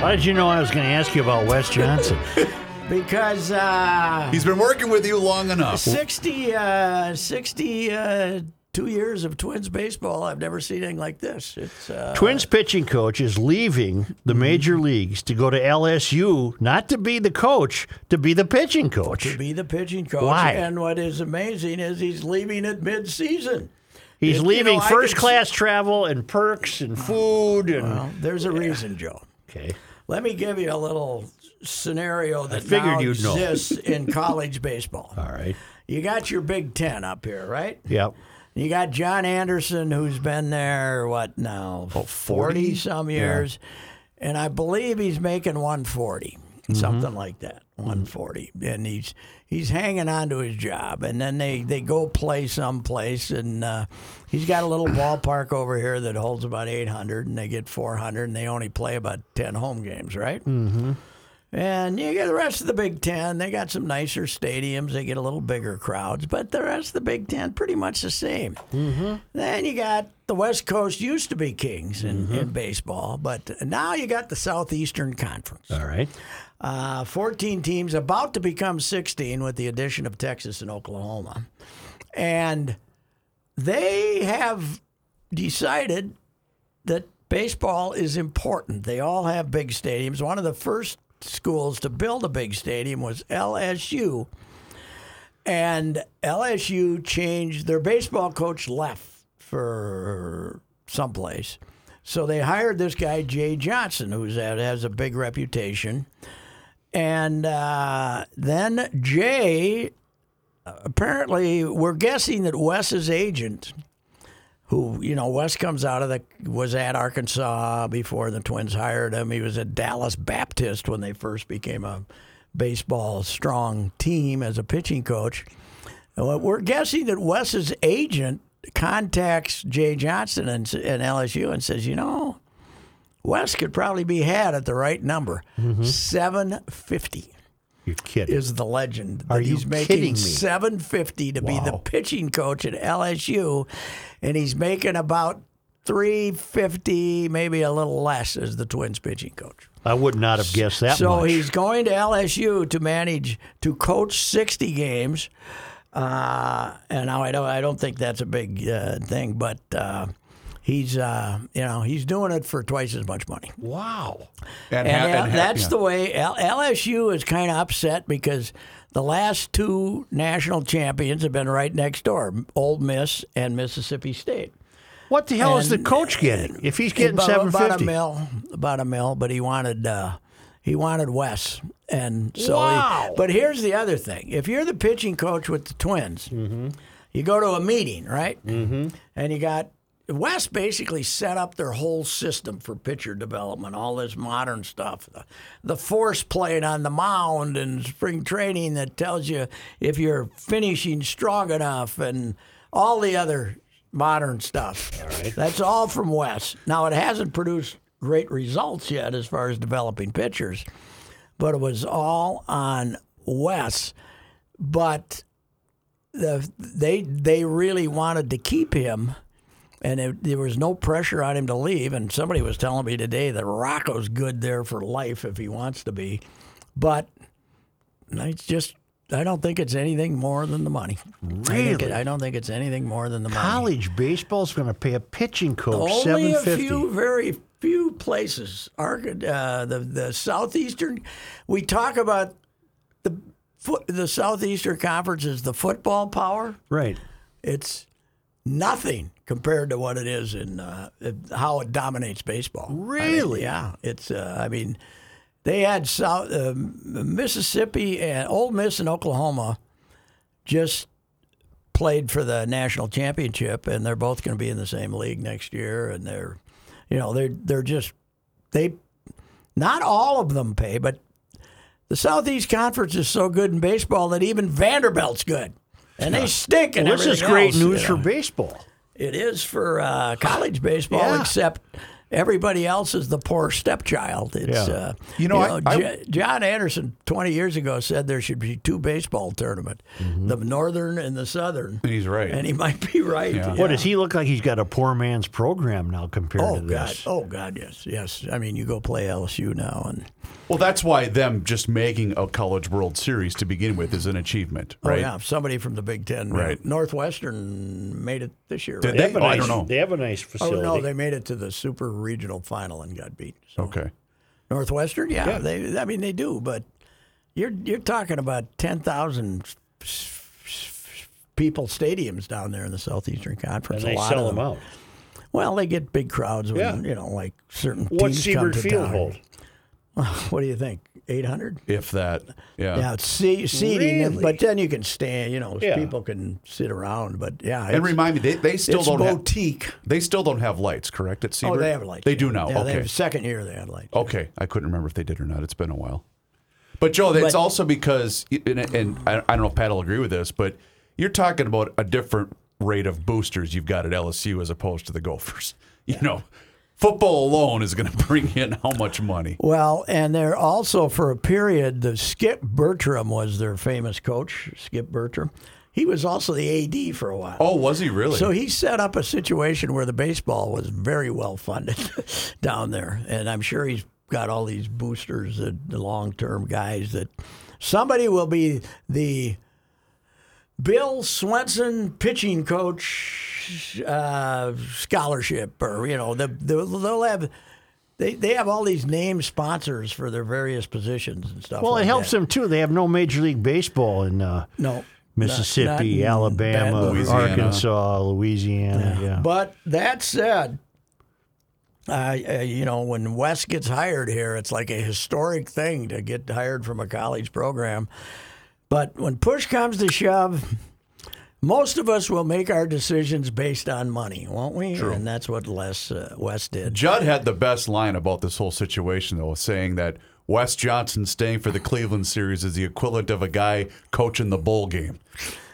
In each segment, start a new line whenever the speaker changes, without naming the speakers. Why did you know I was going to ask you about Wes Johnson?
Because uh,
He's been working with you long enough.
60, uh, 60 uh, two years of Twins baseball, I've never seen anything like this. It's uh,
Twins pitching coach is leaving the major leagues to go to LSU, not to be the coach, to be the pitching
to
coach.
be the pitching coach.
Why?
And what is amazing is he's leaving at mid-season.
He's
If- you
leaving
know, I
first
could
class travel and perks and food and
Well, there's a reason, Joe.
okay.
Let me give you a little scenario that
figured
now
you'd know. Uh.
exists in college baseball.
All right.
You got your Big Ten up here, right?
Yep.
You got John Anderson, who's been there, what now, 40 some years. And I believe he's making 140, something like that, 140. And he's he's hanging on to his job. And then they, they go play someplace. And uh, he's got a little ballpark over here that holds about 800, and they get 400, and they only play about 10 home games, right? And you get the rest of the Big Ten. They got some nicer stadiums. They get a little bigger crowds, but the rest of the Big Ten pretty much the same. Mm-hmm. Then you got the West Coast used to be kings in, in baseball, but now you got the Southeastern Conference.
All right.
Uh, 14 teams about to become 16 with the addition of Texas and Oklahoma. And they have decided that baseball is important. They all have big stadiums. One of the first schools to build a big stadium was LSU. And LSU changed their baseball coach left for someplace. So they hired this guy, Jay Johnson, who's has a big reputation. And uh, then Jay, apparently, we're guessing that Wes's agent, who you know, Wes comes out of the was at Arkansas before the Twins hired him. He was at Dallas Baptist when they first became a baseball strong team as a pitching coach. And what We're guessing that Wes's agent contacts Jay Johnson and, s- and LSU and says, you know, Wes could probably be had at the right number, seven fifty
You're kidding.
is the legend.
Are
that
you
he's making
kidding me?
750 to be the
Wow.
pitching coach at LSU and he's making about 350, maybe a little less as the Twins pitching coach.
I would not have guessed that
so
much.
he's going to LSU to manage to coach 60 games. Uh, and now I don't I don't think that's a big uh, thing, but uh, he's uh, you know, he's doing it for twice as much money.
wow.
And, ha-
And, L-
and ha-
that's
yeah.
the way L- LSU is kind of upset because the last two national champions have been right next door, Old Miss and Mississippi State.
What the hell is the
And-
coach getting? If he's getting
about,
seven
about a
fifty.
mil, about a mil, but he wanted uh, he wanted Wes, and so. he-
Wow.
but here's the other thing: if you're the pitching coach with the Twins,
Mm-hmm.
you go to a meeting, right? Mm-hmm. And you got Wes basically set up their whole system for pitcher development, all this modern stuff, the, the force plate on the mound and spring training that tells you if you're finishing strong enough and all the other modern stuff. That's all from Wes. Now, it hasn't produced great results yet as far as developing pitchers, but it was all on Wes. But the they they really wanted to keep him and it, there was no pressure on him to leave. And somebody was telling me today that Rocco's good there for life if he wants to be, but it's just I don't think it's anything more than the money. I, think it-
Really?
I don't think it's anything more than the money.
College baseball's going to pay a pitching coach
Only
seven
a
fifty.
few, very few places. Arc- uh, the the southeastern. We talk about the foot, the southeastern conference is the football power.
Right.
It's nothing compared to what it is in uh, how it dominates baseball.
Really?
yeah. It's uh, I mean, they had South uh, Mississippi and Ole Miss and Oklahoma just played for the national championship, and they're both going to be in the same league next year. And they're, you know, they're they're just they, not all of them pay, but the Southeast Conference is so good in baseball that even Vanderbilt's good, and they stink. And
Well, this is
everything
great
else,
news
you
for
know.
baseball.
It is for uh, college baseball,
Yeah.
except everybody else is the poor stepchild. It's
Yeah.
uh,
You know, I- I-
Jo- John Anderson twenty years ago said there should be two baseball tournament, the northern and the southern,
Mm-hmm. He's right.
and he might be right.
Yeah.
What does he look like? He's got a poor man's program now compared
Oh
to
God!
this.
Oh God! Yes, yes. I mean, you go play LSU now, and
Well, that's why them just making a college World Series to begin with is an achievement, right?
oh yeah, somebody from the Big Ten, uh,
Right.
Northwestern made it this year.
Did
right?
they?
have a
Oh, I
nice-
don't know.
They have a nice
Oh
facility.
no, they made it to the super regional final and got beat. So.
Okay.
Northwestern, yeah, they. I mean, they do, but you're you're talking about ten thousand people stadiums down there in the Southeastern Conference.
and
a
they
lot
sell
of
them out.
Well, they get big crowds when
Yeah.
you know, like certain
What's
teams
Seabird
come to
Field
town.
hold?
What do you think? Eight hundred.
If that. Yeah.
Yeah, it's se- seating,
Really?
but then you can stand. You know,
Yeah.
people can sit around. But yeah,
And
it's-
remind me, they, they still
it's
don't
boutique.
have they still don't have lights, correct? At
oh,
Seabird?
they have lights.
They do now.
Yeah,
okay.
they have, second year they had lights.
Okay, I couldn't remember if they did or not. It's been a while. But Joe, that's
But-
also because, and, and I I don't know if Pat will agree with this, but you're talking about a different rate of boosters you've got at LSU as opposed to the Gophers. You know, football alone is going to bring in how much money?
Well, and they're also for a period. The Skip Bertram was their famous coach. Skip Bertram, he was also the AD for a while.
Oh, was he really?
So he set up a situation where the baseball was very well funded down there, and I'm sure he's got all these boosters, the, the long-term guys that somebody will be the Bill Swenson pitching coach uh, scholarship, or you know, the, the, they'll have. They, they have all these name sponsors for their various positions and stuff.
Well,
like
it helps
that.
them too. They have no major league baseball in uh,
No, not
Mississippi,
in
Alabama,
Baton Rouge.
Louisiana.
Arkansas, Louisiana. Yeah.
But that said, uh, uh, you know, when Wes gets hired here, it's like a historic thing to get hired from a college program. But when push comes to shove, most of us will make our decisions based on money, won't we? And that's what Les uh, Wes did.
Judd had the best line about this whole situation, though, saying that Wes Johnson staying for the Cleveland series is the equivalent of a guy coaching the bowl game.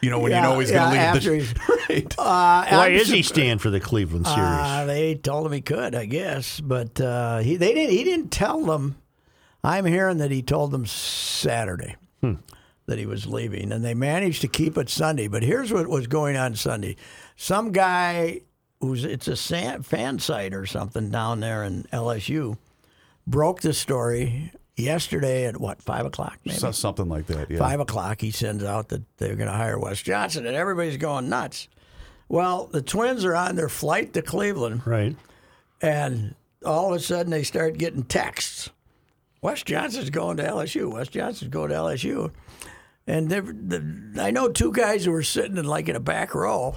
You know, when
Yeah,
you know he's going to
yeah,
leave.
after
the, right.
Why is he staying for the Cleveland series?
Uh, they told him he could, I guess, but uh, he they didn't. He didn't tell them. I'm hearing that he told them Saturday
Hmm.
that he was leaving, and they managed to keep it Sunday. But here's what was going on Sunday: some guy who's it's a san- fan site or something down there in LSU broke the story yesterday at what five o'clock maybe
So- something like that. Yeah.
five o'clock, he sends out that they're going to hire Wes Johnson, and everybody's going nuts. Well, the Twins are on their flight to Cleveland,
right.
and all of a sudden they start getting texts. Wes Johnson's going to LSU. Wes Johnson's going to LSU. And they're- the, I know two guys who were sitting in like in a back row,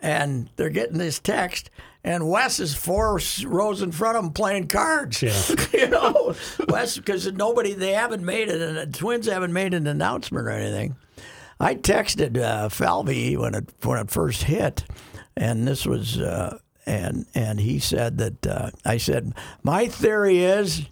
and they're getting this text, and Wes is four s- rows in front of them playing cards. you know, Wes, because nobody, they haven't made it, and the Twins haven't made an announcement or anything. I texted uh, Falvey when it when it first hit, and this was uh, and and he said that uh, I said my theory is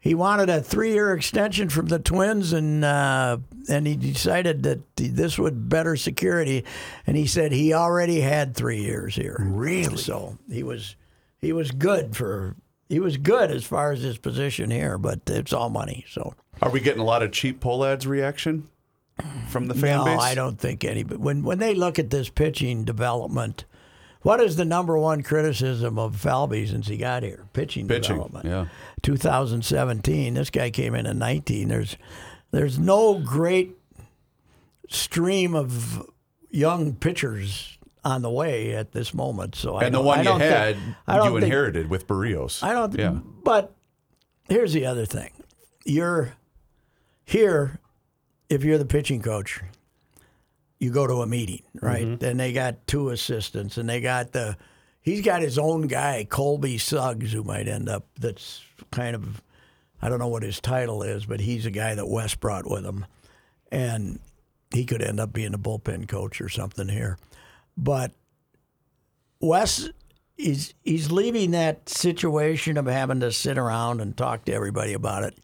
he wanted a three year extension from the Twins and uh, and he decided that this would better security, and he said he already had three years here. Really? So he was he was good for he was good as far as his position here, but it's all money. So.
Are we getting a lot of cheap poll ads reaction from the fan
no,
base?
I don't think any. But when when they look at this pitching development, What is the number one criticism of Falvey since he got here? Pitching,
Pitching,
development.
yeah.
2017. This guy came in in 19. There's there's no great stream of young pitchers on the way at this moment. So I
And the
don't- I
one you
don't think-
had,
I don't
you
think-
inherited with Barrios.
I don't.
Yeah.
But here's the other thing: you're here. If you're the pitching coach, you go to a meeting, right? And they got two assistants, and they got the. He's got his own guy, Colby Suggs, who might end up. That's kind of, I don't know what his title is, but he's a guy that West brought with him, and he could end up being a bullpen coach or something here, but Wes he's he's leaving that situation of having to sit around and talk to everybody about it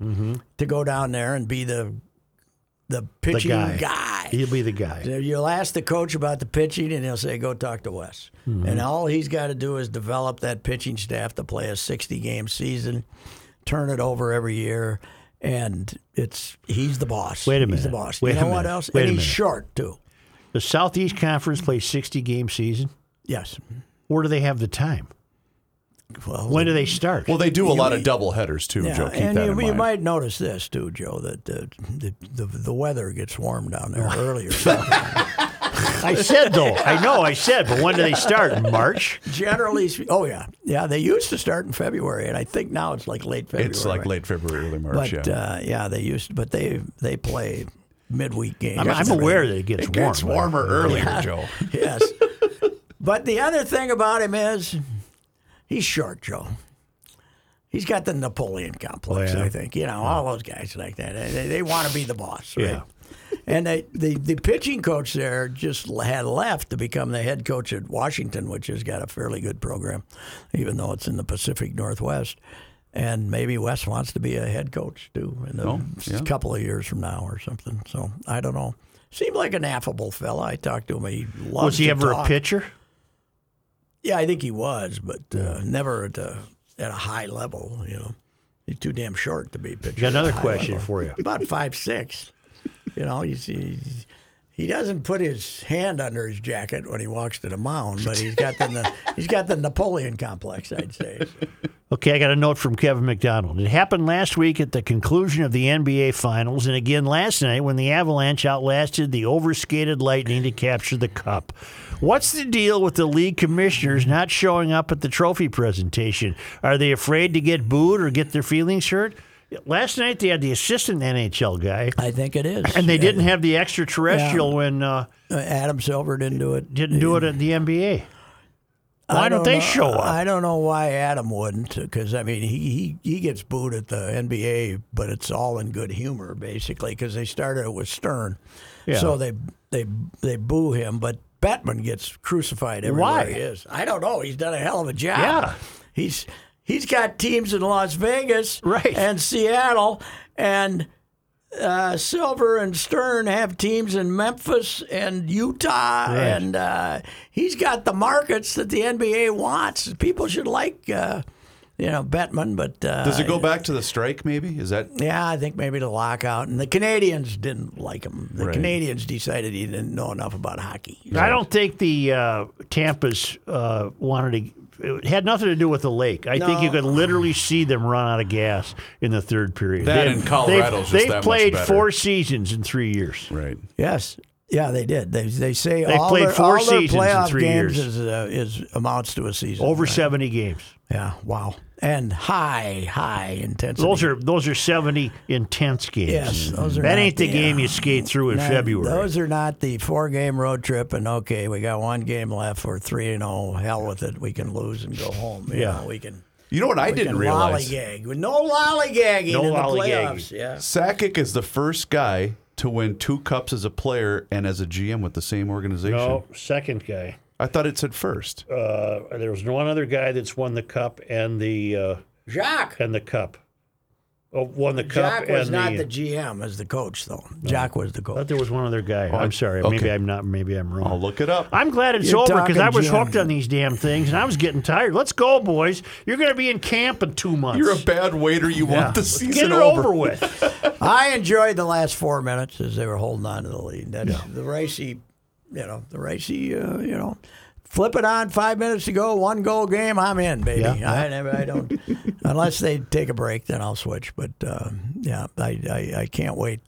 to go down there and be the the pitching
guy.
guy.
He'll be the guy.
You'll ask the coach about the pitching, and he'll say, "Go talk to Wes."
Mm-hmm.
And all he's got to do is develop that pitching staff to play a sixty-game season, turn it over every year, and it's he's the boss.
Wait a
He's the
minute.
boss.
Wait
you
a
know what
minute.
else?
Wait a
and he's
minute.
short too.
The Southeast Conference plays 60 game season.
Yes.
Where do they have the time?
Well,
When do they start?
Well, they do a lot of double headers too, Joe. Keep
and
that
you,
in
you
mind.
might notice this too, Joe, that the the, the, the weather gets warm down there earlier.
I said though. I know I said, but when do they start? In March?
Generally, spe- oh yeah, yeah, they used to start in February, and I think now it's like late February.
it's like late February, early March.
but
yeah.
uh, yeah, they used, to, but they they play midweek games.
I'm, I'm
and
aware that
everything.
it gets
it
warm.
gets warmer earlier, Joe.
yes. But the other thing about him is he's short, Joe. He's got the Napoleon complex,
Oh, yeah?
I think. You know, all those guys like that. They, they want to be the boss, right?
Yeah.
And they, the, the pitching coach there just had left to become the head coach at Washington, which has got a fairly good program, even though it's in the Pacific Northwest. And maybe Wes wants to be a head coach too in a
Oh, yeah.
couple of years from now or something. So I don't know. Seemed like an affable fella. I talked to him. He loves
Was he
to
ever
talk.
a pitcher?
Yeah, I think he was, but uh, never at a, at a high level. You know, he's too damn short to be a pitcher.
Got another
at a high
question
level.
for you.
About five six. You know, he's, he's he doesn't put his hand under his jacket when he walks to the mound, but he's got the Na- he's got the Napoleon complex. I'd say.
Okay, I got a note from Kevin McDonald. It happened last week at the conclusion of the NBA Finals, and again last night when the Avalanche outlasted the overskated Lightning to capture the cup. What's the deal with the league commissioners not showing up at the trophy presentation? Are they afraid to get booed or get their feelings hurt? Last night they had the assistant NHL guy,
I think it is.
and they didn't have the extraterrestrial
Yeah.
when uh,
Uh, Adam Silver didn't do it.
didn't do it at the NBA. Why
I
don't, they
know-
show up?
I don't know why Adam wouldn't, because I mean, he, he he gets booed at the NBA, but it's all in good humor basically, because they started it with Stern,
Yeah.
so they they they boo him, but Batman gets crucified everywhere
Why?
he is. I don't know. He's done a hell of a job.
Yeah.
he's he's got teams in Las Vegas,
Right.
and Seattle, and. Uh, Silver and Stern have teams in Memphis and Utah,
Right.
and uh, he's got the markets that the NBA wants. People should like, uh, you know, Bettman, but uh,
Does it go back to the strike? Maybe is that
yeah, I think maybe the lockout and the Canadians didn't like him. The
Right.
Canadians decided he didn't know enough about hockey.
I don't think the uh, Tampa's uh, wanted to. It had nothing to do with the lake. I think you
No.
could literally see them run out of gas in the third period.
That
They've-
and Colorado's
they've,
just
they've
that much
played
better.
four seasons in three years.
right?
Yes. Yeah, they did. They, they say
They
all
played
their,
four
all their
seasons in
playoff
three
games
years.
is, uh, is amounts to a season.
Over
Right.
seventy games.
Yeah, wow. And high, high intensity.
Those are those are seventy intense games.
Yes, those are
that
not
ain't the
the,
game
uh,
you skate through in
No,
February.
Those are not the four game road trip and okay, we got one game left or three and oh, hell with it. We can lose and go home. You
Yeah.
know, we can
You know what I
we
didn't
can
realize?
lollygag. With no lollygagging
No
in
lollygagging.
the playoffs. Yeah.
Sakic is the first guy to win two cups as a player and as a GM with the same organization.
no, second guy.
I thought it said first.
Uh, there was one other guy that's won the cup and the uh,
Jacques.
and the cup. Oh, won the cup
Jacques was
and
not
the
the GM as the coach though. Jacques was the
I thought
coach.
there was one other guy. I'm sorry. Maybe
Oh, okay.
I'm not. Maybe I'm wrong.
I'll look it up.
I'm glad it's
You're
over because
talking
I was
Jim.
hooked on these damn things and I was getting tired. Let's go, boys. You're going to be in camp in two months.
You're a bad waiter. You want the season
Get it over, with.
I enjoyed the last four minutes as they were holding on to the lead. That's the racy, you know, the racy, uh, you know, Flip it on, five minutes to go, one goal game, I'm in, baby.
Yeah, yeah.
I, never, I don't, unless they take a break, then I'll switch. But um, yeah, I, I, I can't wait.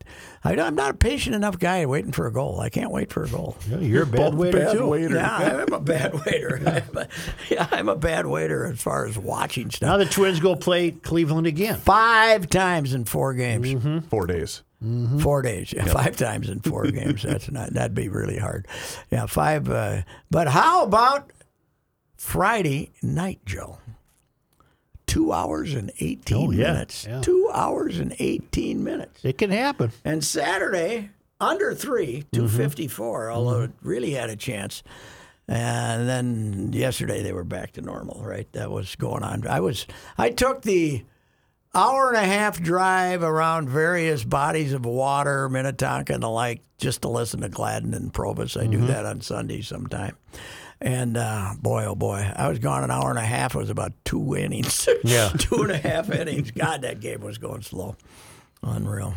I, I'm not a patient enough guy waiting for a goal. I can't wait for a goal.
Yeah, You're a bad waiter,
Bad
too.
waiter. Yeah, I'm a bad waiter. I'm a- yeah, I'm a bad waiter as far as watching stuff.
Now the Twins go play Cleveland again.
Five times in four games,
Four days.
Mm-hmm.
four days. Yeah, Five times in four games. That's not that'd be really hard. Yeah, five. Uh, but how about Friday night, Joe? Two hours and eighteen
Oh, yeah,
minutes.
yeah.
Two hours and eighteen minutes.
It can happen.
And Saturday, under three, 254, although it really had a chance. And then yesterday they were back to normal, right? That was going on. I was I took the hour and a half drive around various bodies of water, Minnetonka and the like, just to listen to Gladden and Provis. I do that on Sunday sometime. And uh, boy, oh boy, I was gone an hour and a half. It was about two innings.
Yeah.
two and a half innings. God, that game was going slow. Unreal.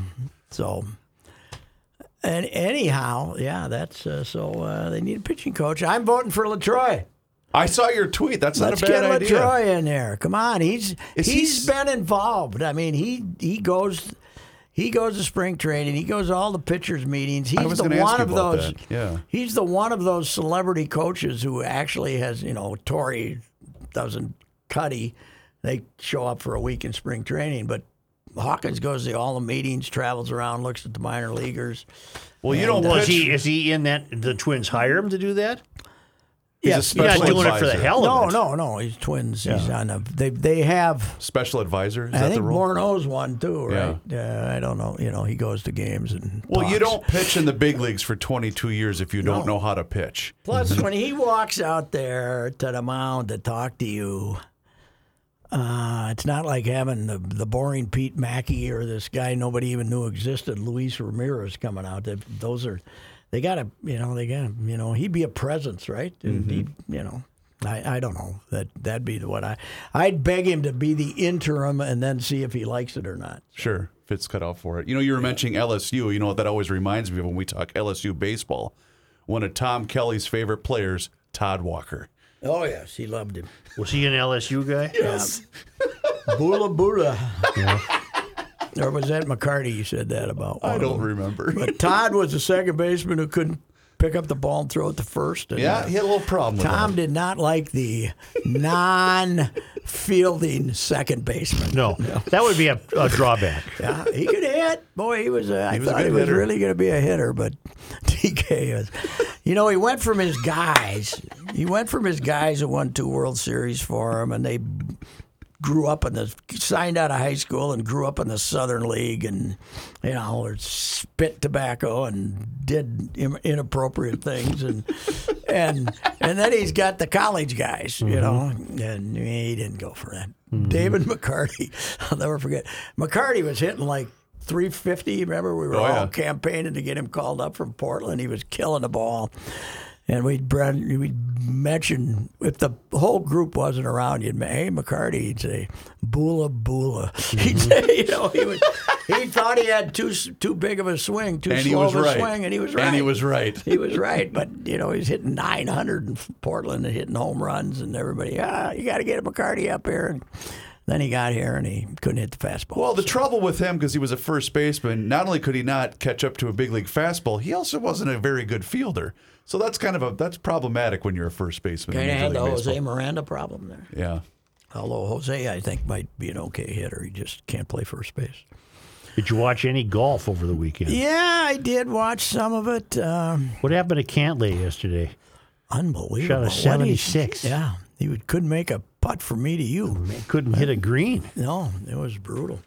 So, and anyhow, yeah, that's uh, so uh, they need a pitching coach. I'm voting for Latroy.
I saw your tweet. That's not
Let's
a bad
get
idea.
Latroy in there. Come on, he's
Is
he's
he-
been involved. I mean, he he goes he goes to spring training. He goes to all the pitchers meetings. He's
was
the
gonna ask
one
you
of
about
those.
that, yeah.
he's the one of those celebrity coaches who actually has you know Tori doesn't Cuddy. They show up for a week in spring training, but Hawkins goes to all the meetings, travels around, looks at the minor leaguers.
Well, you don't
Well, is
pitch.
he is he in that? The Twins hire him to do that.
He's a
Yes,
He's not
Special
doing it for the
advisor.
hell
No,
of it.
no, no. He's twins. He's on a. They they have.
Special advisor. Is
I
that
think
the role?
Morneau's one too, right? Uh, I don't know. You know, he goes to games and.
well, you
talks.
don't pitch in the big leagues for 22 years if you don't know how to pitch.
Plus, when he walks out there to the mound to talk to you, uh, it's not like having the, the boring Pete Mackey or this guy nobody even knew existed, Luis Ramirez, coming out. That those are, they got to, you know, they got to, you know, he'd be a presence, right? And he'd,
Mm-hmm.
you know, I, I don't know that that'd be the what I, I'd beg him to be the interim and then see if he likes it or not.
Sure. Fits cut out for it. You know, you were mentioning LSU. You know, that always reminds me of when we talk LSU baseball. One of Tom Kelly's favorite players, Todd Walker.
Oh yes, he loved him.
Was he an LSU guy?
Yes. Bula Bula. Or was that McCarty you said that about?
I
One of
don't
them.
remember.
But Todd was the second baseman who couldn't pick up the ball and throw it to first. And,
yeah,
uh,
he had a little problem with
Tom
that.
did not like the non fielding second baseman.
No, that would be a, a drawback.
Yeah, he could hit. Boy, he was. A, I
He was a
thought he
good
was
hitter.
really going to be a hitter, but DK is. You know, he went from his guys. He went from his guys that won two World Series for him, and they grew up in the signed out of high school and grew up in the Southern League, and you know, or spit tobacco and did im- inappropriate things, and and and then he's got the college guys, you know,
Mm-hmm.
and he didn't go for that. David McCarty, I'll never forget. McCarty was hitting like. 350. Remember, we were
Oh,
all
yeah.
campaigning to get him called up from Portland. He was killing the ball. And we'd, bring- we'd mention, if the whole group wasn't around, you'd, ma- hey, McCarty, he'd say, bula, bula. He'd
Mm-hmm.
say, you know, he, would, he thought he had too s- too big of a swing, too
and
slow
he was
of a
right.
swing, and he was right.
And he was right.
He was right, but, you know, he's hitting 900 in Portland and hitting home runs, and everybody, ah, you got to get McCarty up here. And then he got here, and he couldn't hit the fastball.
Well, the trouble with him because he was a first baseman, not only could he not catch up to a big league fastball, he also wasn't a very good fielder. So that's kind of a that's problematic when you're a first baseman. in
Kind of
Major
had the
League
Jose
Baseball.
Miranda problem there.
Yeah.
Although Jose, I think, might be an okay hitter. He just can't play first base.
Did you watch any golf over the weekend?
Yeah, I did watch some of it. Um,
What happened to Cantley yesterday?
unbelievable.
Shot a
What he-
76.
yeah, he would, couldn't make a putt for me to you.
Couldn't hit a green.
No, it was brutal.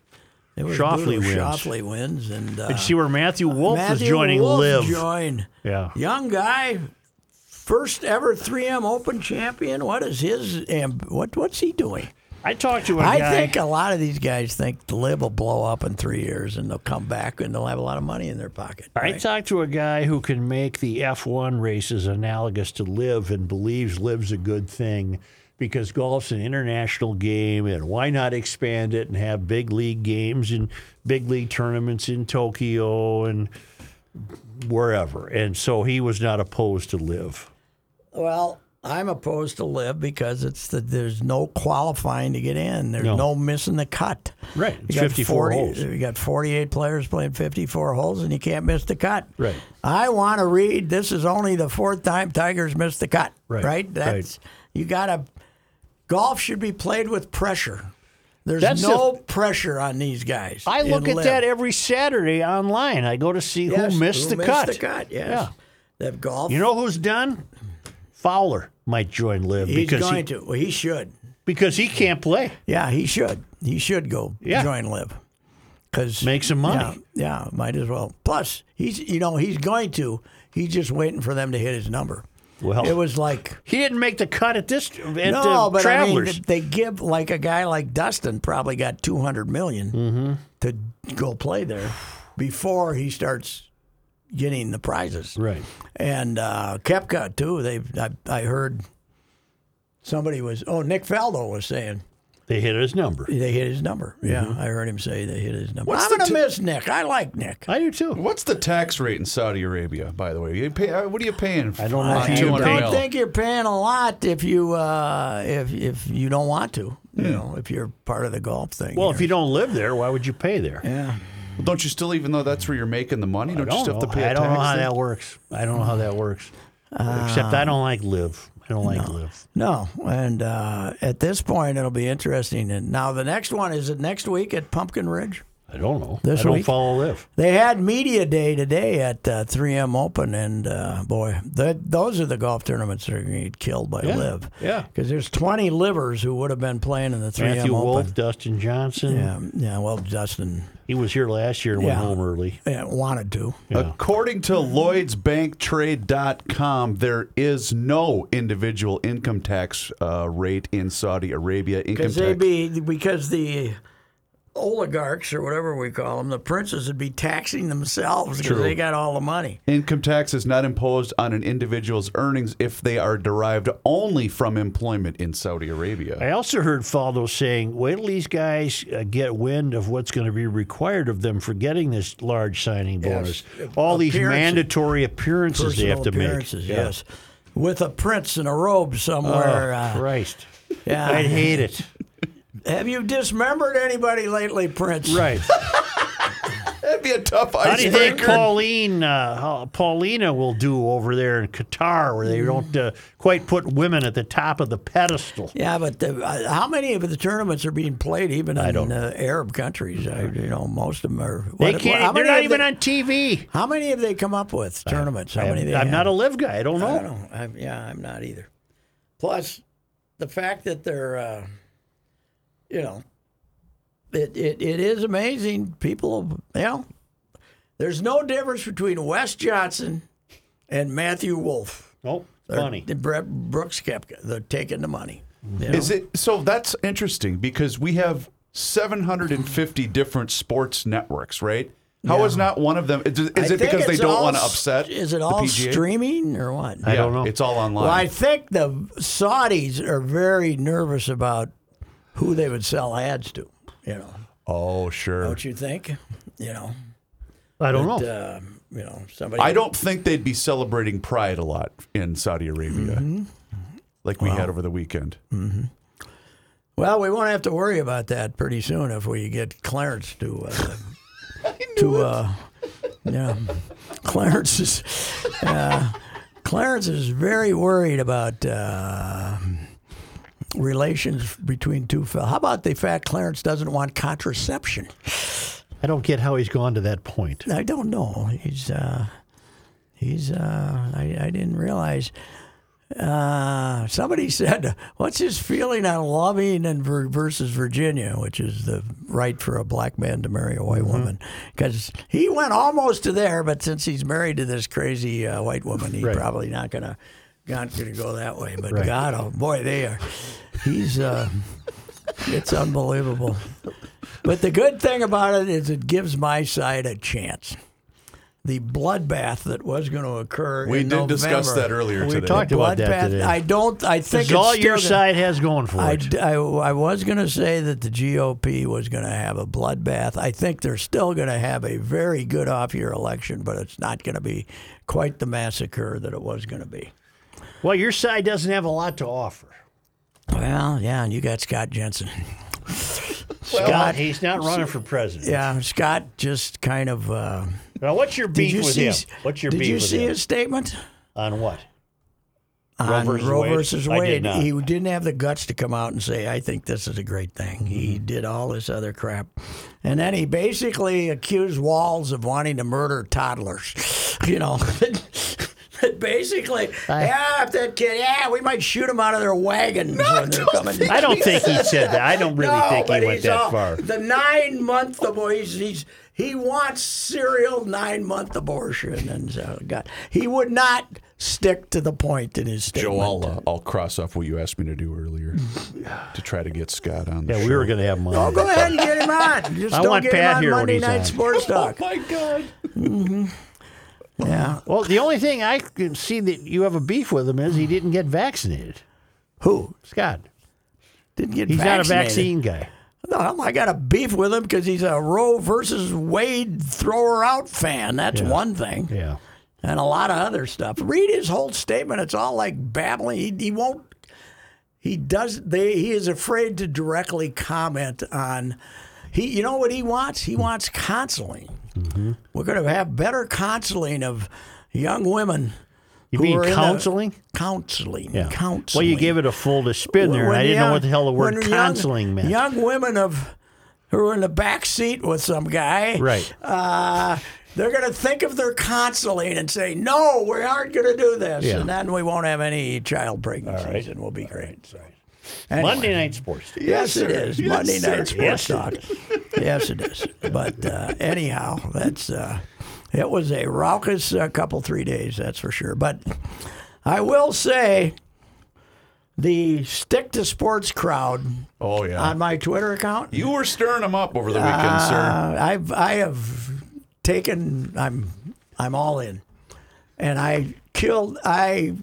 It was
Shoffley
brutal.
wins.
Shoffley wins, and uh,
Did you see where Matthew Wolf is
Matthew
joining
Wolff
Live?
Join.
yeah.
Young guy, first ever 3M Open champion. What is his? amb- What what's he doing?
I talked to a
I
guy.
think a lot of these guys think the lib will blow up in three years and they'll come back and they'll have a lot of money in their pocket.
I talked to a guy who can make the F1 races analogous to live and believes live's a good thing because golf's an international game and why not expand it and have big league games and big league tournaments in Tokyo and wherever. And so he was not opposed to live.
Well, I'm opposed to live because it's the there's no qualifying to get in. There's no, missing the cut.
Right.
You
It's
got
54
40
holes.
You got 48 players playing 54 holes, and you can't miss the cut.
Right.
I want to read. This is only the fourth time Tigers missed the cut.
Right, right.
Right. That's you got to. Golf should be played with pressure. There's
That's
no pressure on these guys.
I look
in
at
live.
that every Saturday online. I go to see
Yes,
who missed the
missed
cut.
The cut. Yes.
Yeah.
That golf.
You know who's done? Fowler might join Live
he's
because
going
he,
to. Well, he should.
because he can't play.
Yeah, he should. He should go
Yeah.
join Live. Cause
Make some money.
Yeah, yeah, might as well. Plus, he's you know he's going to. He's just waiting for them to hit his number.
Well,
It was like
he didn't make the cut at this at
no,
Oh. the
but
Travelers.
I mean, they give like a guy like Dustin probably got two
Mm-hmm.
to go play there before he starts getting the prizes.
right.
and uh, Kepka too. They I, I heard somebody was oh Nick Faldo was saying
They hit his number.
they hit his number. Yeah, I heard him say they hit his number.
Mm-hmm. What's
I'm
the
gonna
t-
miss Nick. I like Nick.
I do too.
What's the tax rate in Saudi Arabia, by the way? You pay, uh, what are you paying?
I don't know
on
if you
I
200
pay-
don't
mil?
think you're paying a lot if you uh, if if you don't want to. You know, if you're part of the golf thing.
Well, if you don't live there, why would you pay there?
yeah,
Well, don't you still, even though that's where you're making the money, don't,
I don't,
you still
know.
have to pay a
I don't know
tax
how
thing?
that works. I don't know how that works. Except I don't like Live. I don't like Live.
Ah. no, and uh, at this point it'll be interesting. And now the next one is it next week at Pumpkin Ridge.
I don't know.
This
I don't
week?
follow Live.
They had media day today at uh, 3M Open, and uh, boy, that those are the golf tournaments that are going to get killed by
Yeah,
live.
yeah.
because there's 20 livers who would have been playing in the 3M
Matthew
Open.
Wolf, Dustin Johnson.
Yeah, yeah. Well, Justin
He was here last year and went
Yeah.
home early.
yeah, wanted to.
According to LloydsBankTrade.com, there is no individual income tax uh, rate in Saudi Arabia. Income
Because they
tax.
be because the oligarchs or whatever we call them, the princes would be taxing themselves because
True.
they got all the money.
Income tax is not imposed on an individual's earnings if they are derived only from employment in Saudi
Eh.
Arabia.
I also heard Faldo saying, wait till these guys uh, get wind of what's going to be required of them for getting this large signing bonus. All these
Appearances.
mandatory appearances
Personal
they have to make.
appearances, yes. With a prince in a robe somewhere. uh,
Christ.
yeah.
I'd Oh, hate it.
Have you dismembered anybody lately, Prince?
Right.
That'd be a tough
How do you think
icebreaker.
Pauline, uh, how Paulina will do over there in Qatar where they don't uh, quite put women at the top of the pedestal?
Yeah, but the, uh, how many of the tournaments are being played even in uh, Arab countries? I, you know, most of them are.
They
what-
can't,
how
they're
many
not
have
even on
they,
TV.
How many have they come up with tournaments? How many? They
I'm
have?
not a live guy. I don't know.
I don't know. I'm, yeah, I'm not either. Plus, the fact that they're, uh, you know, it, it, it is amazing. People, you know, there's no difference between Wes Johnson and Matthew Wolf.
Nope.
They're-
Oh, Funny.
the Bre- Brooks Kepka, they're taking the money.
Is it so? That's interesting because we have 750 different sports networks, right? How is not one of them? Is, is
I
it
think
because they
it's
don't
all
want to
s-
upset?
Is it
the
all
PGA?
streaming or what?
I don't
Yeah,
know.
It's all online.
well, I think the Saudis are very nervous about who they would sell ads to. You know,
oh, sure.
don't you think? You know,
I don't know.
uh, you know somebody.
Oh. I don't think they'd be celebrating Pride a lot in Saudi Arabia,
Mm-hmm.
like we had over the weekend.
Well, we won't have to worry about that pretty soon if we get Clarence to. Uh, to uh, yeah, Clarence is uh, Clarence is very worried about uh, relations between two. fel- How about the fact Clarence doesn't want contraception?
I don't get how he's gone to that point.
I don't know. He's uh, he's uh, I, I didn't realize. Uh, somebody said, "What's his feeling on loving and ver- versus Virginia, which is the right for a black man to marry a
Mm-hmm.
white woman?" Because he went almost to there, but since he's married to this crazy uh, white woman, he's
Right.
probably not gonna not gonna go that way. But
Right.
God, oh boy, they are. He's uh, it's unbelievable. But the good thing about it is it gives my side a chance. The bloodbath that was going to occur.
We
in
did discuss
November-
that earlier
We
today.
talked about that
Bloodbath.
today.
I don't. I think
That's all
it's
your
still gonna-
side has going for
I,
it.
I, I was going to say that the GOP was going to have a bloodbath. I think they're still going to have a very good off year election, but it's not going to be quite the massacre that it was going to be.
Well, your side doesn't have a lot to offer.
Well, yeah, and you got Scott Jensen.
Scott, he's not running for president.
Yeah, Scott just kind of. Uh,
Now, what's your
did
beef
you
with
see?
him? What's your
did
beef
you
with
see
him?
his statement
On what?
on
versus
Roe
Wade?
versus
I did
Wade?
not.
He didn't have the guts to come out and say, "I think this is a great thing." He
Mm-hmm.
did all this other crap, and then he basically accused Walls of wanting to murder toddlers. you know. Basically, yeah, if that kid, yeah, we might shoot him out of their wagons when they're coming.
I don't think he said that. I don't really
no,
think
but
he went
he's
that
all-
far.
The nine month abortion. He's, he wants serial nine month abortion, and so God, he would not stick to the point in his statement.
Joe, I'll, uh, I'll cross off what you asked me to do earlier to try to get Scott on the
Yeah,
show.
we were going to have him on.
Oh, go ahead and get him on. Just
I
don't
want
get him
Pat
on
here when
Monday
he's
Night
on.
Sports
Oh
Talk.
my God!
yeah.
Well, the only thing I can see that you have a beef with him is he didn't get vaccinated.
Who
Scott,
didn't get
he's
vaccinated?
not a vaccine guy.
No, I got a beef with him because he's a Roe versus Wade thrower out fan. That's one thing.
Yeah.
and a lot of other stuff. Read his whole statement; it's all like babbling. He, he won't. He does. They. He is afraid to directly comment on. He. You know what he wants? He wants counseling.
Mm-hmm.
We're going to have better counseling of young women.
You
who
mean
are in the-
counseling?
counseling.
Yeah.
Counseling.
Well, you gave it a full to spin there, and
When
I didn't know
young-
what the hell the word
when young-
counseling meant.
Young women of who are in the back seat with some guy,
Right.
Uh, they're going to think of their counseling and say, "No, we aren't going to do this,"
Yeah.
and then we won't have any child pregnancies, and we'll be great. Anyway.
Monday Night Sports.
Yes, it is. Monday night
Yes,
sports talk. yes, it is. But uh, anyhow, that's uh, it was a raucous uh, couple three days, that's for sure. But I will say, the stick to sports crowd
Oh yeah.
on my Twitter account,
you were stirring him up over the weekend, sir.
uh, I've I have taken I'm I'm all in, and I killed I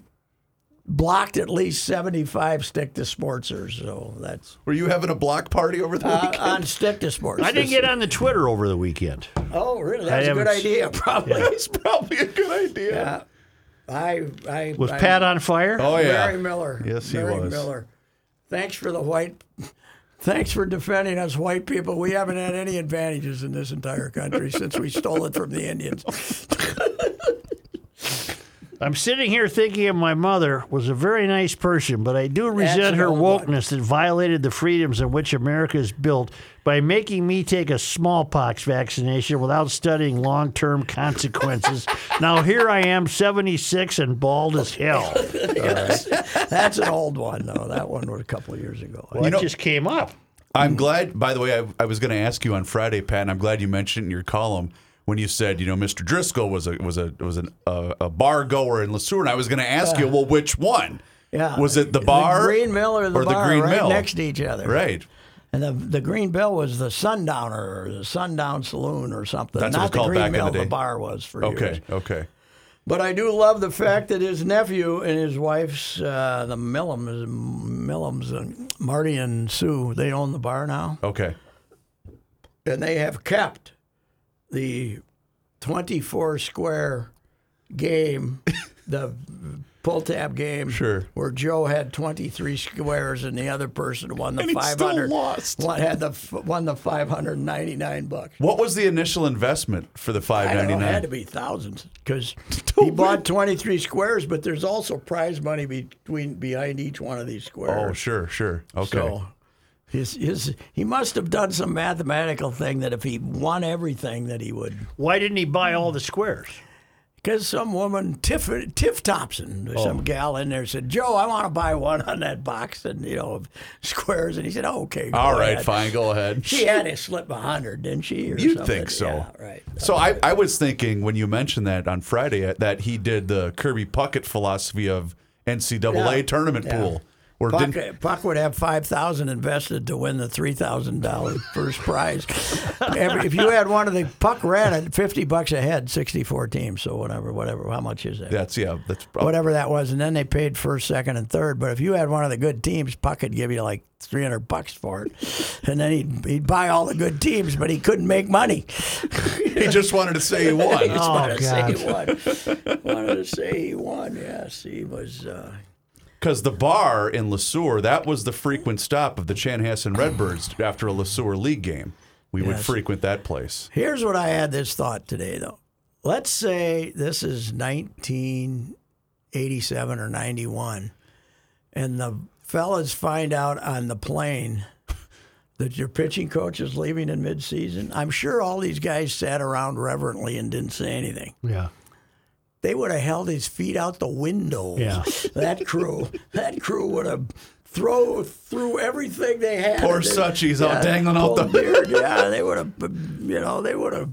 blocked at least seventy five stick to sportsers. So that's
Were you having a block party over the
uh,
weekend?
on stick to sports.
I didn't get on the Twitter over the weekend.
Oh, really?
I
That's a good
haven't-
idea, probably.
That's probably a good idea.
I, I
Was
I,
Pat on fire?
Oh yeah.
Barry Miller.
Yes, he
Barry
was.
Miller. Thanks for the white. Thanks for defending us, white people. We haven't had any advantages in this entire country since we stole it from the Indians.
I'm sitting here thinking of my mother was a very nice person, but I do resent
an
her
old one.
wokeness that violated the freedoms on which America is built by making me take a smallpox vaccination without studying long-term consequences. now here I am, 76 and bald as hell.
That's an old one, though. That one was a couple of years ago.
Well, it just came up.
I'm glad. By the way, I, I was going to ask you on Friday, Pat, and I'm glad you mentioned it in your column when you said, you know, Mr. Driscoll was a was a was an, uh, a bar goer in Lesueur, and I was going to ask
Ah.
you, well, which one?
Yeah.
Was it the bar,
Green Mill or the
or
bar
the Green
right
Mill
next to each other?
Right.
And the, the Green Bell was the Sundowner or the Sundown Saloon or something.
That's what
Not
it was called
the Green
back in the
Mill,
day.
bar was for years.
Okay. Okay.
But I do love the fact that his nephew and his wife's uh, the Millums, Millums and Marty and Sue, they own the bar now,
Okay.
and they have kept the 24 square game, the pull tab game,
Sure.
where Joe had 23 squares and the other person won the
And he still
500.
lost.
One had the f- won the 599 bucks.
What was the initial investment for the five
I don't
ninety
know, it had to
nine?
be thousands because he bought 23 squares, but there's also prize money between behind each one of these
Oh,
squares.
sure, sure. Okay.
So his, his, he must have done some mathematical thing that if he won everything that he would.
Why didn't he buy all the squares?
Because some woman, Tiff, Tiff Thompson, or
Oh.
some gal in there said, Joe, I want to buy one on that box and, you know, of squares. And he said, oh, okay. go
All right,
ahead."
fine. Go ahead.
She had a slip of 100, didn't she? or
You'd
something?
think so.
Yeah, right.
So I, I was thinking when you mentioned that on Friday uh, that he did the Kirby Puckett philosophy of NCAA
Yeah.
tournament
Yeah.
pool. Or
Puck,
didn't,
Puck would have five thousand invested to win the three thousand dollar first prize. Every, if you had one of the Puck ran at fifty bucks a head, sixty four teams, so whatever, whatever. How much is that?
that's yeah, that's probably
Whatever that was, and then they paid first, second, and third. But if you had one of the good teams, Puck would give you like three hundred bucks for it, and then he'd, he'd buy all the good teams, but he couldn't make money.
he just wanted to say he won.
Oh.
Oh,
wanted to say he won. wanted to say he won. Yes, he was. Uh,
Because the bar in LeSueur, that was the frequent stop of the Chanhassen Redbirds after a LeSueur league game. We would
Yes.
frequent that place.
Here's what I had this thought today, though. Let's say this is 1987 or 91, and the fellas find out on the plane that your pitching coach is leaving in midseason. I'm sure all these guys sat around reverently and didn't say anything.
Yeah.
They would have held his feet out the window.
Yeah.
That crew, that crew would have throw through everything they had.
Poor
They-
Suchi's out dangling out
pulled
the.
beard, yeah, they would have, you know, they would have,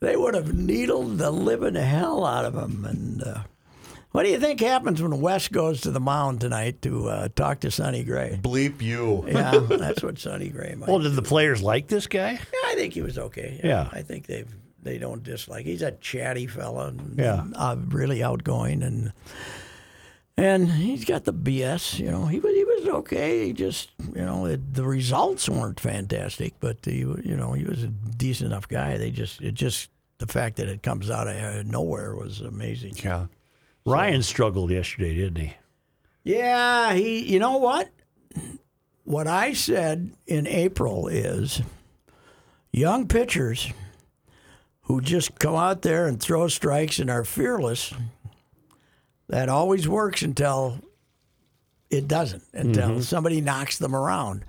they would have needled the living hell out of him. And uh, what do you think happens when West goes to the mound tonight to uh, talk to Sonny Gray?
Bleep you.
Yeah, that's what Sonny Gray might.
Well, did the players like this guy?
Yeah, I think he was okay.
Yeah.
I think they've they don't dislike. He's a chatty fella. And,
Yeah.
uh, really outgoing and and he's got the BS. You know, he was he was okay. He just you know it, the results weren't fantastic, but he wa- you know he was a decent enough guy. They just it just the fact that it comes out of uh, nowhere was amazing.
Yeah.
Ryan struggled yesterday, didn't he?
Yeah, he. You know what? What I said in April is, young pitchers who just come out there and throw strikes and are fearless. That always works until it doesn't. Until somebody knocks them around,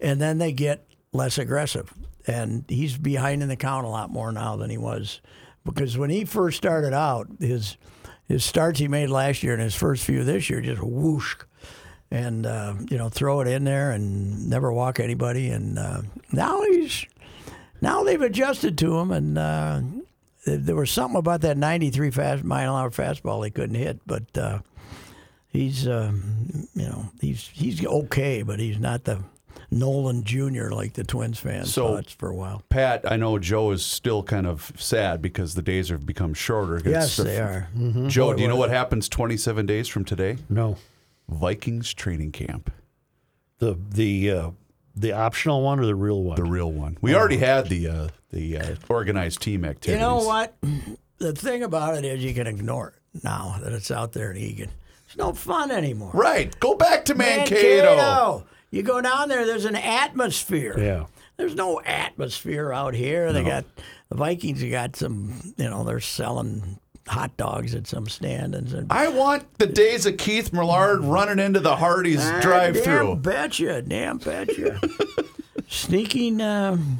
and then they get less aggressive. And he's behind in the count a lot more now than he was, because when he first started out, his his starts he made last year and his first few this year just whoosh, and uh, you know throw it in there and never walk anybody. And uh, now he's now they've adjusted to him, and uh, th- there was something about that 93 fast mile an hour fastball they couldn't hit, but. Uh, he's um, you know he's he's okay, but he's not the Nolan Jr. like the Twins fans
So-
thought for a while.
Pat, I know Joe is still kind of sad because the days have become shorter.
Yes,
It's-
they are.
Joe, do you know what happens 27 days from today?
No.
Vikings training camp,
The the uh, the optional one or the real one? Oh,
the real one. We already had the uh, the uh, organized team activities.
You know what? The thing about it is you can ignore it now that it's out there in Egan. It's no fun anymore.
Right. Go back to Mankato.
Mankato. You go down there. There's an atmosphere.
yeah.
There's no atmosphere out here. They got the Vikings. You got some. You know they're selling hot dogs at some stand and some
I want the days of Keith Millard running into the Hardy's
Ah,
drive
Damn
through.
betcha. Damn betcha. Sneaking um,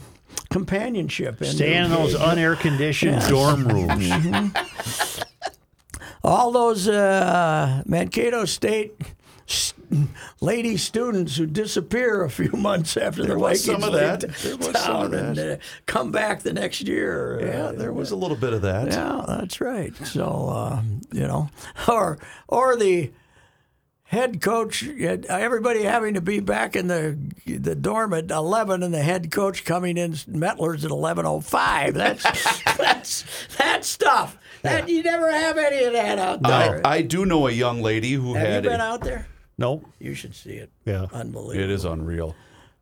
companionship. into
Stay in those unair conditioned
Yes.
dorm rooms.
All those uh, Mankato State s- lady students who disappear a few months after the
was
Vikings
some of
leave
that.
t-
There was some
town
of
and uh,
that.
come back the next year.
Yeah,
Uh,
there was a little bit of that.
Yeah, that's right. So uh, you know, or or the head coach, everybody having to be back in the the dorm at eleven, and the head coach coming in Metlers at eleven oh five. That's that's that stuff. That you never have any of that out there.
I, I do know a young lady who
have
had
you
a-
been out there?
Nope.
You should see it.
Yeah.
Unbelievable.
It is unreal.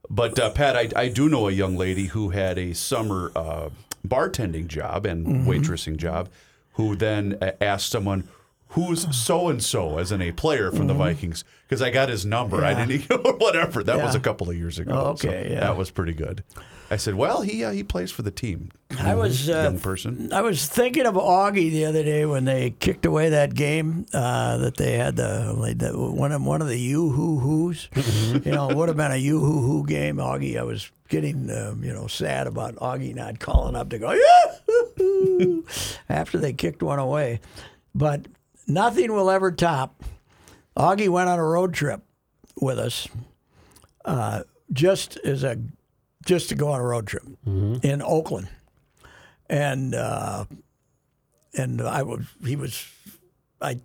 But uh, Pat, I, I do know a young lady who had a summer uh, bartending job and waitressing job, who then uh, asked someone, "Who's so and so?" as in a player from the Vikings, because I got his number. I didn't even whatever. That was a couple of years ago.
Oh,
so
okay, yeah.
that was pretty good. I said, "Well, he uh, he plays for the team."
I was uh,
young person.
I was thinking of Augie the other day when they kicked away that game uh, that they had the, like the one of one of the you hoo hoos. you know, it would have been a you hoo hoo game. Augie, I was getting um, you know sad about Augie not calling up to go yoo-hoo-hoo after they kicked one away, but nothing will ever top. Augie went on a road trip with us, uh, just as a just to go on a road trip in Oakland and uh, and I was he was I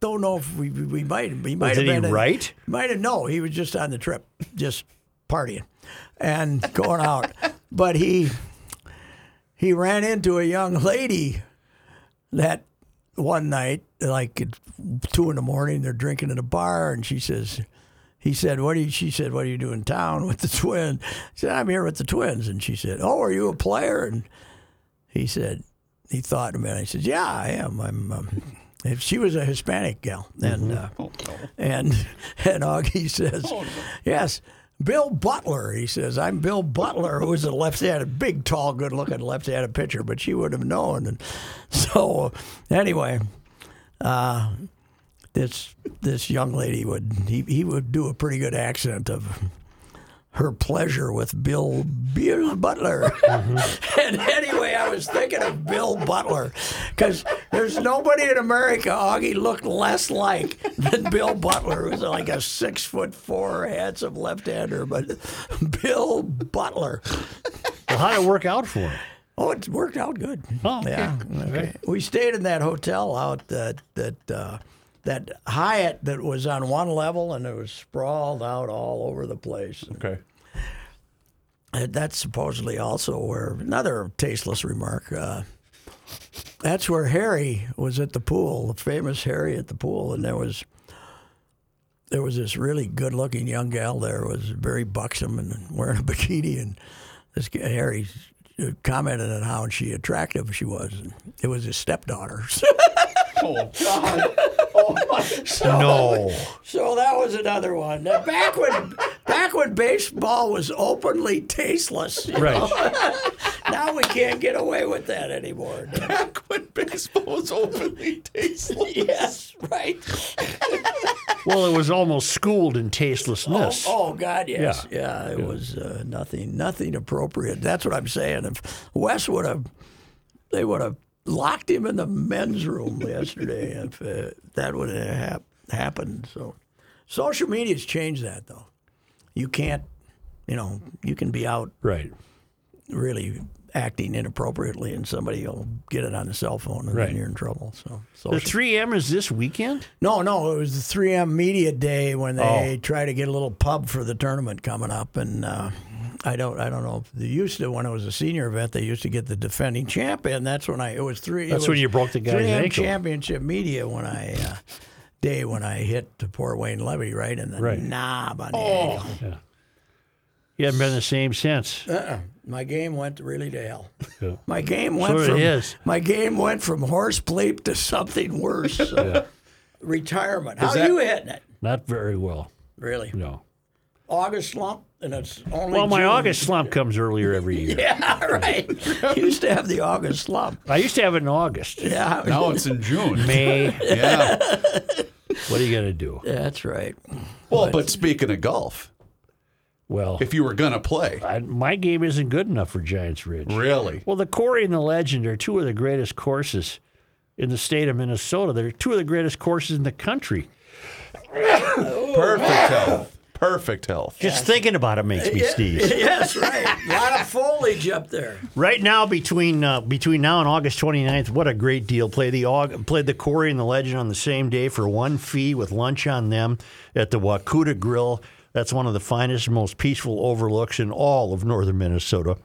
don't know if we we might we might
Did
have
he
been in-
write?
might have no he was just on the trip just partying and going out but he he ran into a young lady that one night like at two in the morning they're drinking at a bar and she says he said, "What do you?" She said, "What do you do in town with the twins?" He said, "I'm here with the twins." And she said, "Oh, are you a player?" And he said, he thought a minute. He said, "Yeah, I am. I'm." Um, If she was a Hispanic gal, and uh, and and Augie says, "Yes, Bill Butler." He says, "I'm Bill Butler, who was a left-handed, big, tall, good-looking left-handed pitcher." But she would have known, and so anyway, uh, this this young lady would he, he would do a pretty good accent of her pleasure with Bill Bill Butler. and anyway, I was thinking of Bill Butler because there's nobody in America Augie looked less like than Bill Butler, who's like a six foot four handsome left-hander. But Bill Butler,
Well, how'd it work out for him?
oh, it worked out good.
Oh, okay.
yeah. Okay. We stayed in that hotel out that that. Uh, that Hyatt that was on one level and it was sprawled out all over the place.
Okay.
Uh, That's supposedly also where another tasteless remark. Uh, that's where Harry was at the pool, the famous Harry at the pool, and there was there was this really good-looking young gal there who was very buxom and wearing a bikini, and this guy, Harry uh, commented on how she attractive she was. And it was his stepdaughter.
Oh God. Oh my.
No.
So that was another one. Now, back when back when baseball was openly tasteless, you
Right.
know? now we can't get away with that anymore.
Back when baseball was openly tasteless.
yes, right.
Well, it was almost schooled in tastelessness.
Oh, oh God, yes, yeah. it was uh, nothing, nothing appropriate. That's what I'm saying. If Wes would have, they would have locked him in the men's room yesterday if uh, that would have hap- happened. So, social media's changed that though. You can't, you know, you can be out
Right.
really acting inappropriately, and somebody will get it on the cell phone, and
Right.
then you're in trouble. So,
The
Oh,
social.
3M is this weekend?
No, no, it was the 3M Media Day when
Oh.
they try to get a little pub for the tournament coming up, and uh, I don't, I don't know. If they used to when it was a senior event, they used to get the defending champion. That's when I it was three. it
That's when
was
you broke the guy's
3M
ankle.
Championship Media when I uh, day when I hit the poor Wayne Levy right in the
Right.
knob on the ankle.
You haven't been the same since.
Uh.
My game went really to hell.
Yeah.
My game went
Sure it
from
is.
my game went from horse bleep to something worse. So. Retirement. How
that-
you hitting it?
Not very well.
Really?
No.
August slump, and it's only.
Well, my
June.
August slump comes earlier every year.
Yeah, right. you used to have the August slump.
I used to have it in August.
Yeah,
Now it's in June.
May.
Yeah.
What are you going to do?
that's right.
Well, but speaking of golf,
Well,
if you were gonna play,
I, my game isn't good enough for Giants Ridge.
really,
Well, the Quarry and the Legend are two of the greatest courses in the state of Minnesota. They're two of the greatest courses in the country.
perfect health. Perfect health.
Just thinking about it makes me sneeze.
Yes, right. A lot of foliage up there.
Right now, between uh, between now and August 29th, what a great deal! Play the Aug- played the Corey and the Legend on the same day for one fee with lunch on them at the Wakuta Grill. That's one of the finest, and most peaceful overlooks in all of northern Minnesota.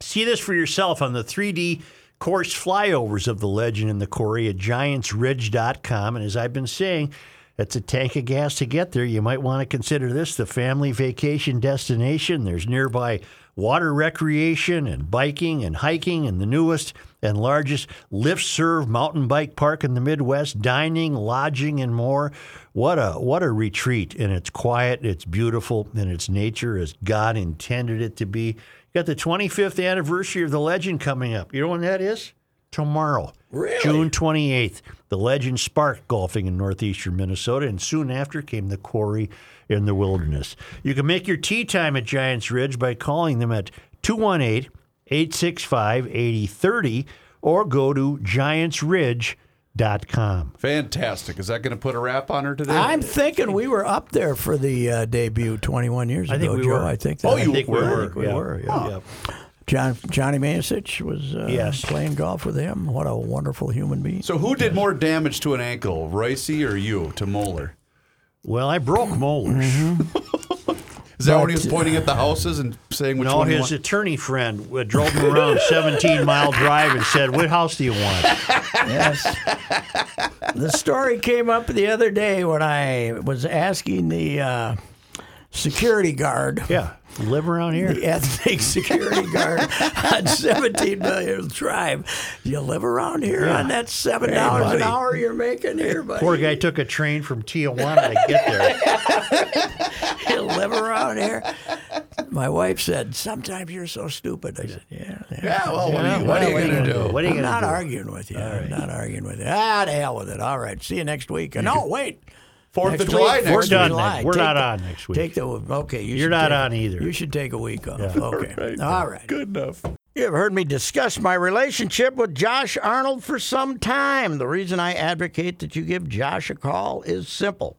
See this for yourself on the 3D course flyovers of the Legend and the Corey at GiantsRidge.com. And as I've been saying, it's a tank of gas to get there. You might want to consider this the family vacation destination. There's nearby water recreation and biking and hiking and the newest and largest lift serve mountain bike park in the Midwest, dining, lodging, and more. What a what a retreat. And it's quiet, it's beautiful, and its nature as God intended it to be. Got the 25th anniversary of the legend coming up. You know when that is? Tomorrow.
Really?
June 28th. The legend sparked golfing in northeastern Minnesota, and soon after came the quarry in the wilderness. You can make your tea time at Giants Ridge by calling them at 218 865 8030 or go to giantsridge.com.
Fantastic. Is that gonna put a wrap on her today?
I'm thinking we were up there for the uh, debut 21 years
I
ago,
think we
Joe.
were.
I think. That,
Oh,
I
you
think
were.
I think we
Yeah.
were. Yeah. John, Johnny Mansich was uh,
Yes.
playing golf with him. What a wonderful human being.
So who did more damage to an ankle, Ricey or you to Moeller?
Well, I broke molars.
Is that
But,
when he was pointing at the houses and saying which
No,
one? he
his
wa-
attorney friend uh, drove him around 17 mile drive and said, What house do you want?
Yes. the story came up the other day when I was asking the uh, security guard.
Yeah, live around here.
The ethnic security guard on 17 million tribe. You live around here on that seven dollars an
buddy.
hour you're making here, buddy.
Poor guy took a train from Tijuana to get there.
You live around here. My wife said, "Sometimes you're so stupid." I said, "Yeah, yeah."
Yeah, well, what are you, what are you
Well,
going to do?
What are you
I'm
going
not
to do?
arguing with you. I'm not arguing with you. Ah, to hell with it. All right. See you next week. No, wait.
Fourth of
Next
July
week,
next
we're
week.
done.
July.
then. We're
Take
not
the-
on next week.
Take the okay. You
You're
should
not
take-
on either.
You should take a week off. Okay. All right.
Good enough.
You have heard me discuss my relationship with Josh Arnold for some time. The reason I advocate that you give Josh a call is simple